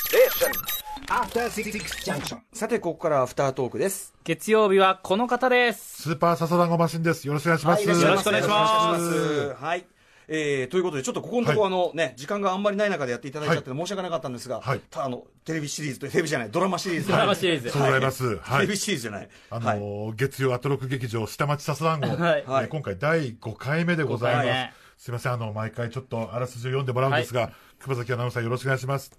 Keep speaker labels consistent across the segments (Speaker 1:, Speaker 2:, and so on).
Speaker 1: station.
Speaker 2: After Six Junction.
Speaker 3: さて、ここからアフタートークです。
Speaker 4: 月曜日はこの方です。
Speaker 5: スーパーササダンゴマシンです。よろしくお願いします。
Speaker 3: はい
Speaker 4: よろしくお願いしま
Speaker 3: よろ
Speaker 4: す
Speaker 3: しくお願いしますはい。えーということで、ちょっとここのとこ、
Speaker 5: はい
Speaker 3: あのね、時間があんまりない中でやっていただいちゃって、申し訳なかったんですが、
Speaker 5: はい
Speaker 3: ただあの、テレビシリーズと、テレビじゃない、ドラマシリーズ。
Speaker 4: ドラマシリーズ
Speaker 5: そうございますはい
Speaker 3: テレビシリーズじゃない。
Speaker 5: あの
Speaker 3: はい
Speaker 5: ー月曜アトロック劇場下町ササダンゴ、
Speaker 4: はい
Speaker 5: えー今回第5回目でございます。
Speaker 4: 五回目
Speaker 5: すいません、あの、毎回ちょっとあらすじを読んでもらうんですが、熊崎アナウンサーよろしくお願いします。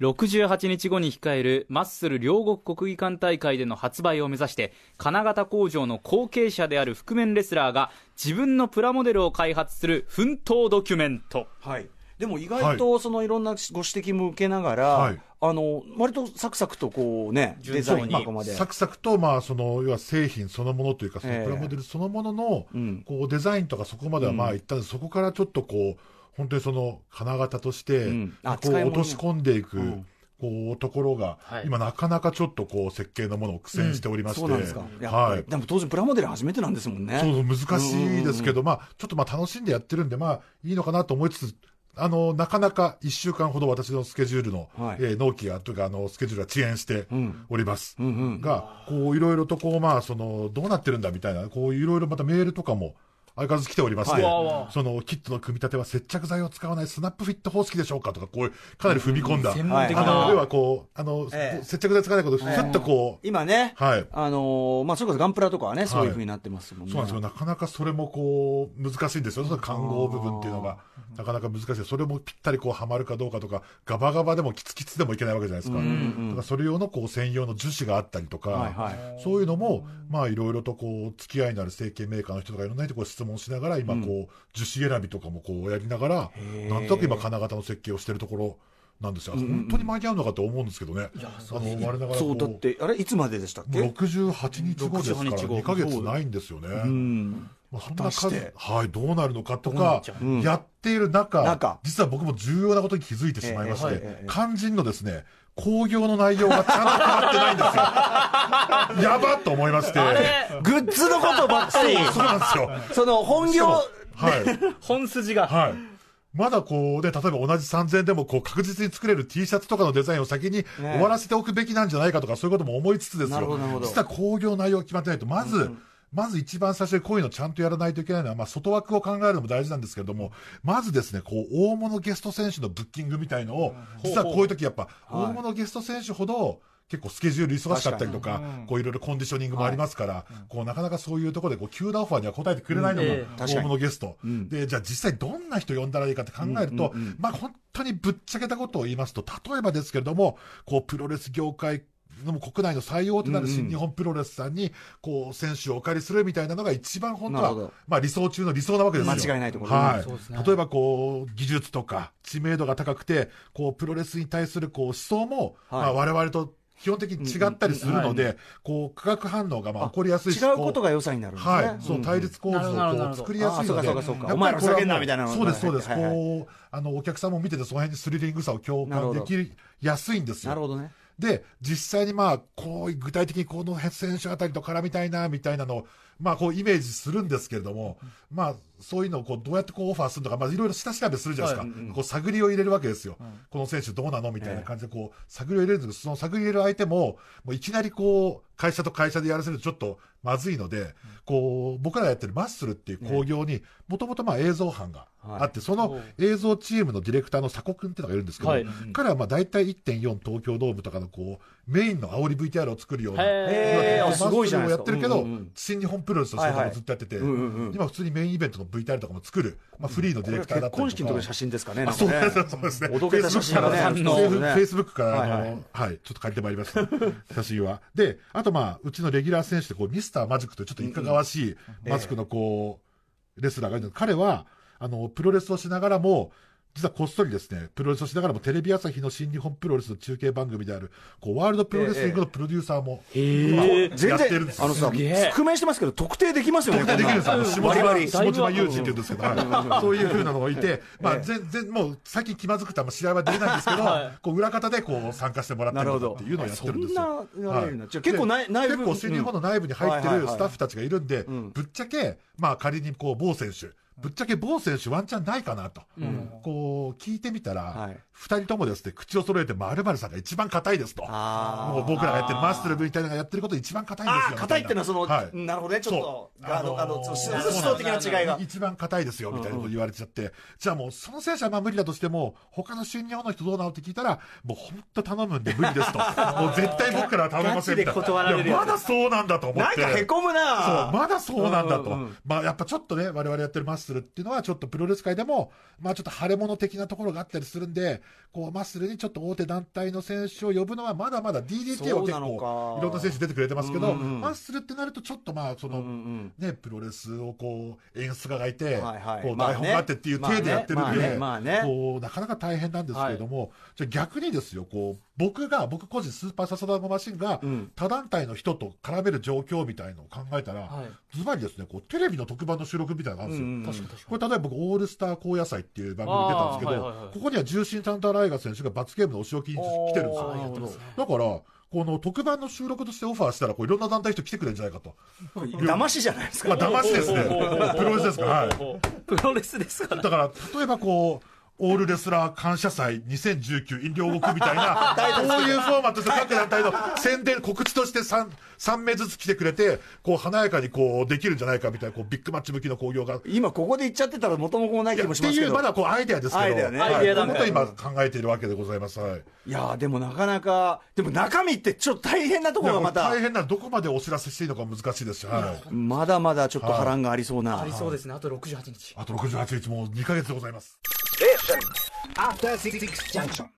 Speaker 4: 68日後に控えるマッスル両国国技館大会での発売を目指して金型工場の後継者である覆面レスラーが自分のプラモデルを開発する奮闘ドキュメント
Speaker 3: はい、でも意外とそのいろんなご指摘も受けながら、
Speaker 5: はい
Speaker 3: あの割とサクサクとこうね、
Speaker 4: 順
Speaker 3: デザ
Speaker 4: 調
Speaker 3: イン
Speaker 4: に
Speaker 3: にここまで。
Speaker 5: サクサクと、まあ、その、要は製品そのものというか、そ
Speaker 3: ええ
Speaker 5: のプラモデルそのものの、
Speaker 3: うん
Speaker 5: こう、デザインとかそこまではまあ、いったんです、そこからちょっとこう、本当にその、金型として、
Speaker 3: うんあ
Speaker 5: こ
Speaker 3: 使
Speaker 5: う、
Speaker 3: い物に
Speaker 5: 落とし込んでいく、
Speaker 3: うん
Speaker 5: こう、ところが、
Speaker 4: はい
Speaker 5: 今なかなかちょっとこう、設計のものを苦戦しておりまして。
Speaker 3: そうなんですか、やっぱ
Speaker 5: は
Speaker 3: り
Speaker 5: い。
Speaker 3: でも当然、プラモデル初めてなんですもんね。
Speaker 5: そうそう、難しいですけど、まあ、ちょっとまあ楽しんでやってるんで、まあ、いいのかなと思いつつ、あの、なかなか1週間ほど私のスケジュールの、
Speaker 3: はい
Speaker 5: えー納期が、というか、あの、スケジュールが遅延して
Speaker 3: うん
Speaker 5: おります。
Speaker 3: うんうん
Speaker 5: が、こう、いろいろと、こう、まあ、その、どうなってるんだみたいな、こう、いろいろまたメールとかも、相変わらず来ておりまして、
Speaker 4: はいわあわあ
Speaker 5: その、キットの組み立ては接着剤を使わないスナップフィット方式でしょうかとか、こういう、かなり踏み込んだ。
Speaker 4: 専門的
Speaker 3: は
Speaker 5: あ
Speaker 3: い
Speaker 4: な、
Speaker 5: の、要はこう、あの、
Speaker 3: ええ
Speaker 5: 接着剤使わないこと、ふっとこう、
Speaker 3: 今ね、
Speaker 5: はい。
Speaker 3: あのーまあ、それこそガンプラとかはね、そういうふうになってますもんね。
Speaker 5: そうなんですよ。なかなかそれもこう、難しいんですよ。その看護部分っていうのが、なかなか難しい。それもぴったりこう、はまるかどうかとか、ガバガバでもキツキツでもいけないわけじゃないですか。
Speaker 3: うんうん
Speaker 5: だからそれ用のこう、専用の樹脂があったりとか、
Speaker 3: はいは
Speaker 5: そういうのも、まあ、いろいろとこう、付き合いのある成形メーカーの人とかいろんな人にこう質問しながら、今こう、樹脂選びとかもこう、やりながら、なんとなく今、金型の設計をしてるところなんですよ。本当に間に合うのかと思うんですけどね。あの、我ながら
Speaker 3: そ
Speaker 5: こ
Speaker 3: うだっ
Speaker 5: う、
Speaker 3: て、あれ、いつまででしたっ
Speaker 5: もう
Speaker 3: け、
Speaker 5: 68日後ですから、
Speaker 4: 68日後
Speaker 5: 2ヶ月ないんですよね。
Speaker 3: うん、
Speaker 5: まあ、そん
Speaker 3: 果た
Speaker 5: な
Speaker 3: して
Speaker 5: 数、はい、どうなるのかと
Speaker 4: どうなっ
Speaker 5: か
Speaker 4: ちゃ、
Speaker 3: ん
Speaker 5: やっている中、
Speaker 3: 中
Speaker 5: 実は僕も重要なことに気づいてしまいまして、
Speaker 3: ええええええ
Speaker 5: 肝心のですね、工業の内容がちゃんと決まってないんですよ。やばっと思いまして。
Speaker 3: グッズのことばっかり、
Speaker 5: そうなんですよ。
Speaker 3: その本
Speaker 5: しか
Speaker 3: 業
Speaker 5: も、はい。
Speaker 4: 本筋が、
Speaker 5: はい。まだこうね、例えば同じ3000円でもこう確実に作れる T シャツとかのデザインを先に終わらせておくべきなんじゃないかとか、そういうことも思いつつです
Speaker 3: なるほ
Speaker 5: よ
Speaker 3: どなるほ。ど
Speaker 5: 実は工業内容が決まってないと、まず、まず一番最初にこういうのちゃんとやらないといけないのは、まあ、外枠を考えるのも大事なんですけれども、まずですね、こう、大物ゲスト選手のブッキングみたいのを、実はこういう時やっぱ、
Speaker 3: はい
Speaker 5: 大物ゲスト選手ほど、結構スケジュール忙しかったりとか、こういろいろコンディショニングもありますから、こうなかなかそういうところでこう急なオファーには答えてくれないの
Speaker 4: うんええ
Speaker 5: が、
Speaker 3: 確かに
Speaker 5: 大物ゲスト。
Speaker 3: ん
Speaker 5: で、じゃあ実際どんな人呼んだらいいかって考えると、
Speaker 3: うんうんうん
Speaker 5: まあ本当にぶっちゃけたことを言いますと、例えばですけれども、こうプロレス業界、の国内の最大手なる
Speaker 3: うんう
Speaker 5: 新
Speaker 3: ん
Speaker 5: 日本プロレスさんに、こう、選手をお借りするみたいなのが一番本当
Speaker 3: なるほど
Speaker 5: は、まあ理想中の理想なわけですよ。
Speaker 3: 間違いないところ
Speaker 5: は
Speaker 4: そうですね
Speaker 5: い。例えばこう、技術とか、知名度が高くて、こう、プロレスに対するこう、思想も、
Speaker 3: はい
Speaker 5: まあ我々と基本的に違ったりするので、こう、化学反応がまあ
Speaker 3: あ
Speaker 5: 起こりやすいし
Speaker 3: 違うことが良さになるんですね。
Speaker 5: はい、そう、
Speaker 3: ん
Speaker 5: 対立構図を
Speaker 4: なるほどなる
Speaker 5: こ
Speaker 4: ほど
Speaker 5: う作りやすいので、
Speaker 3: あーそうかそうかそうか
Speaker 5: やっぱり
Speaker 3: お前ら
Speaker 5: これ
Speaker 3: ふざ
Speaker 5: は
Speaker 3: けんなみたいなの
Speaker 5: そうです、そうです、
Speaker 3: はいはいはい
Speaker 5: こう、あの、お客さんも見てて、その辺にスリリングさを共
Speaker 3: なるほど
Speaker 5: 感できやすいんです
Speaker 3: なる
Speaker 5: よ。
Speaker 3: ほどね。
Speaker 5: で、実際にまあ、こういう、具体的にこの選手あたりと絡みたいな、みたいなのを、まあ、こう、イメージするんですけれども、まあ、そういうのをこう、どうやってこう、オファーするのか、まあ、いろいろ下調べするじゃないですか。こう、探りを入れるわけですよ。この選手どうなのみたいな感じで、こう、探りを入れるんですけど、その探りを入れる相手も、もういきなりこう、会社と会社でやらせるとちょっとまずいので、こう、僕らがやってるマッスルっていう興行に、もともとまあ映像班があって、その映像チームのディレクターの佐古君っていうのがいるんですけど、
Speaker 4: はい
Speaker 5: 彼はまあ大体1.4東京ドームとかのこう、メインの煽り VTR を作るような、
Speaker 4: へ
Speaker 3: ー
Speaker 5: ま
Speaker 3: あ
Speaker 5: あ
Speaker 3: すごいじゃないですか
Speaker 5: マッスルをやっ
Speaker 3: う
Speaker 5: てるけど、
Speaker 3: んうん
Speaker 5: 新日本プロレスの仕事もずっとやってて、
Speaker 3: はいはいうんうんうん
Speaker 5: 今普通にメインイベントの VTR とかも作る、まあフリーのディレクターだ
Speaker 3: 結
Speaker 5: った
Speaker 3: 婚
Speaker 5: りと
Speaker 3: 式
Speaker 5: か。
Speaker 3: の時の写真ですかね。なんか
Speaker 5: そう
Speaker 3: ね
Speaker 5: ですね、そうですね。
Speaker 3: おどけた写真がね
Speaker 5: Facebook から
Speaker 4: あの
Speaker 5: フ
Speaker 3: ね
Speaker 5: ェイスブックから、あの、
Speaker 3: は
Speaker 5: はいい
Speaker 3: は
Speaker 5: ちょっと借りてまいりました。 写真は。で、あとまあ、うちのレギュラー選手で、こう、ミスターマジックというちょっといかがわしい、マスクのこう、レスラーがいるの彼は、あの、プロレスをしながらも、実はこっそりですね、プロレスをしながらも、テレビ朝日の新日本プロレスの中継番組である、こう、ワールドプロレスリングのプロデューサーも、
Speaker 3: えー
Speaker 5: こう
Speaker 3: 全
Speaker 5: やってるん
Speaker 3: 然
Speaker 5: です、
Speaker 3: あのさ、
Speaker 4: すげえ
Speaker 3: 覆面してますけど、特定できますよね、
Speaker 5: 特定できるんです
Speaker 3: こ
Speaker 5: よ。あ
Speaker 3: ん
Speaker 5: の
Speaker 3: な
Speaker 5: 下
Speaker 3: 我々
Speaker 5: 島雄下島雄二って言うんですけど、はいそういうふうなのがいて、まあ、全然、もう、最近気まずくて、あんま試合は出れないんですけど、こう、裏方で、こう、参加してもらったりとかっていうのをやってるんですよ。
Speaker 3: そんなや
Speaker 5: は
Speaker 3: れ
Speaker 5: い
Speaker 3: るんだじゃあ結構内
Speaker 5: で
Speaker 3: 内部
Speaker 5: 結構新日本の内部に入って
Speaker 3: はいはい
Speaker 5: る
Speaker 3: はい
Speaker 5: スタッフたちがいるんで、ぶっちゃけ、まあ、仮に、こう、某選手、ぶっちゃけボー選手ワンチャンないかなと。
Speaker 4: うん
Speaker 5: こう、聞いてみた
Speaker 3: は
Speaker 5: ら
Speaker 3: い、
Speaker 5: 二、人ともですね、口を揃えて、まるさんが一番硬いですと。も
Speaker 3: あ
Speaker 5: う僕らがやってる、マッスルみたいなのがやってること一番硬いんです
Speaker 1: あ
Speaker 5: よ。
Speaker 1: あ、硬いっていうのはその、
Speaker 5: はい
Speaker 1: なるほどね、ちょっと、
Speaker 5: そう
Speaker 1: ガード、あ
Speaker 5: あのー
Speaker 1: の、その、
Speaker 5: そう
Speaker 1: 思
Speaker 5: なんです
Speaker 1: 想的な違いが。
Speaker 5: 一番硬いですよ、みたいなこと言われちゃって、じゃあもう、その選手はまあ無理だとしても、他の新日本の人どうなのって聞いたら、もう本当頼むんで無理ですと。もう絶対僕からは頼めませんみたい
Speaker 4: ガチで断られ
Speaker 5: な。
Speaker 4: る
Speaker 5: い
Speaker 4: や
Speaker 5: や、
Speaker 4: つ
Speaker 5: まだそうなんだと思
Speaker 1: な
Speaker 5: っ
Speaker 1: ん
Speaker 5: て。
Speaker 1: かへこむ
Speaker 5: そう、
Speaker 1: なぁ
Speaker 5: まだそうなんだと。
Speaker 3: うんうんうん
Speaker 5: まあ、やっぱちょっとね、我々やってるマッスルっていうのは、ちょっとプロレス界でも、まあ、ちょっと腫れ物的なところがあったりするんで、こう、マッスルにちょっと大手団体の選手を呼ぶのは、まだまだ DDT は
Speaker 3: そう
Speaker 5: 結
Speaker 3: なの
Speaker 5: 構
Speaker 3: か、
Speaker 5: いろんな選手出てくれてますけど、
Speaker 3: うんうんうん
Speaker 5: マッスルってなると、ちょっとまあ、そ
Speaker 3: う
Speaker 5: の、
Speaker 3: んうん
Speaker 5: ね、プロレスをこう演出家がいて、
Speaker 3: はいはい
Speaker 5: こう
Speaker 3: まあね
Speaker 5: 台本があってっていう体でやってるんで、
Speaker 3: まあねまあねまあね
Speaker 5: こうなかなか大変なんですけれども、じゃあ逆にですよこう僕が僕個人スーパーササダムマシンが、
Speaker 3: うん
Speaker 5: 他団体の人と絡める状況みたいのを考えたら、
Speaker 4: はい
Speaker 5: ズバリですねこうテレビの特番の収録みたいなのがあるんで
Speaker 3: うん
Speaker 5: すよ。
Speaker 3: うん
Speaker 5: これ例えば僕、オールスター高野菜っていう番組に出たんですけど、
Speaker 4: あーはいはいはい
Speaker 5: ここには重心サンターライガー選手が罰ゲームのお仕置きに来てるんですよ。
Speaker 4: やってますね
Speaker 5: だから、この特番の収録としてオファーしたら、こういろんな団体の人来てくれるんじゃないかと。
Speaker 1: 騙しじゃないです
Speaker 5: ま
Speaker 1: か。
Speaker 5: あ、騙しですね。プロレスですから。はい。
Speaker 4: プロレスですから
Speaker 5: だから、例えばこう、オールレスラー感謝祭2019飲料国みたいな、こういうフォーマットで各団体の宣伝、告知として 3, 三名ずつ来てくれて、こう華やかにこうできるんじゃないかみたいな、こうビッグマッチ向きの興行が。
Speaker 1: 今ここで言っちゃってたら元も子もない
Speaker 5: いや
Speaker 1: 気
Speaker 5: っ
Speaker 1: もしてますけ
Speaker 5: いう、
Speaker 1: ど
Speaker 5: ま。だこうアイデアですけど、
Speaker 1: アイデアね
Speaker 5: はい
Speaker 4: アイデア段階
Speaker 5: こういうことを今考えているわけでございます。はい。
Speaker 1: いやーでもなかなか、でも中身ってちょっと大変なところがま
Speaker 5: いや
Speaker 1: た
Speaker 5: これ大、変な、どこまでお知らせしていいのか難しいですし、はい。
Speaker 1: まだまだちょっと波乱がありそうな。
Speaker 4: ありそうですねあと68日
Speaker 5: あと68日、もう2ヶ月でございます。
Speaker 2: After Six Junction.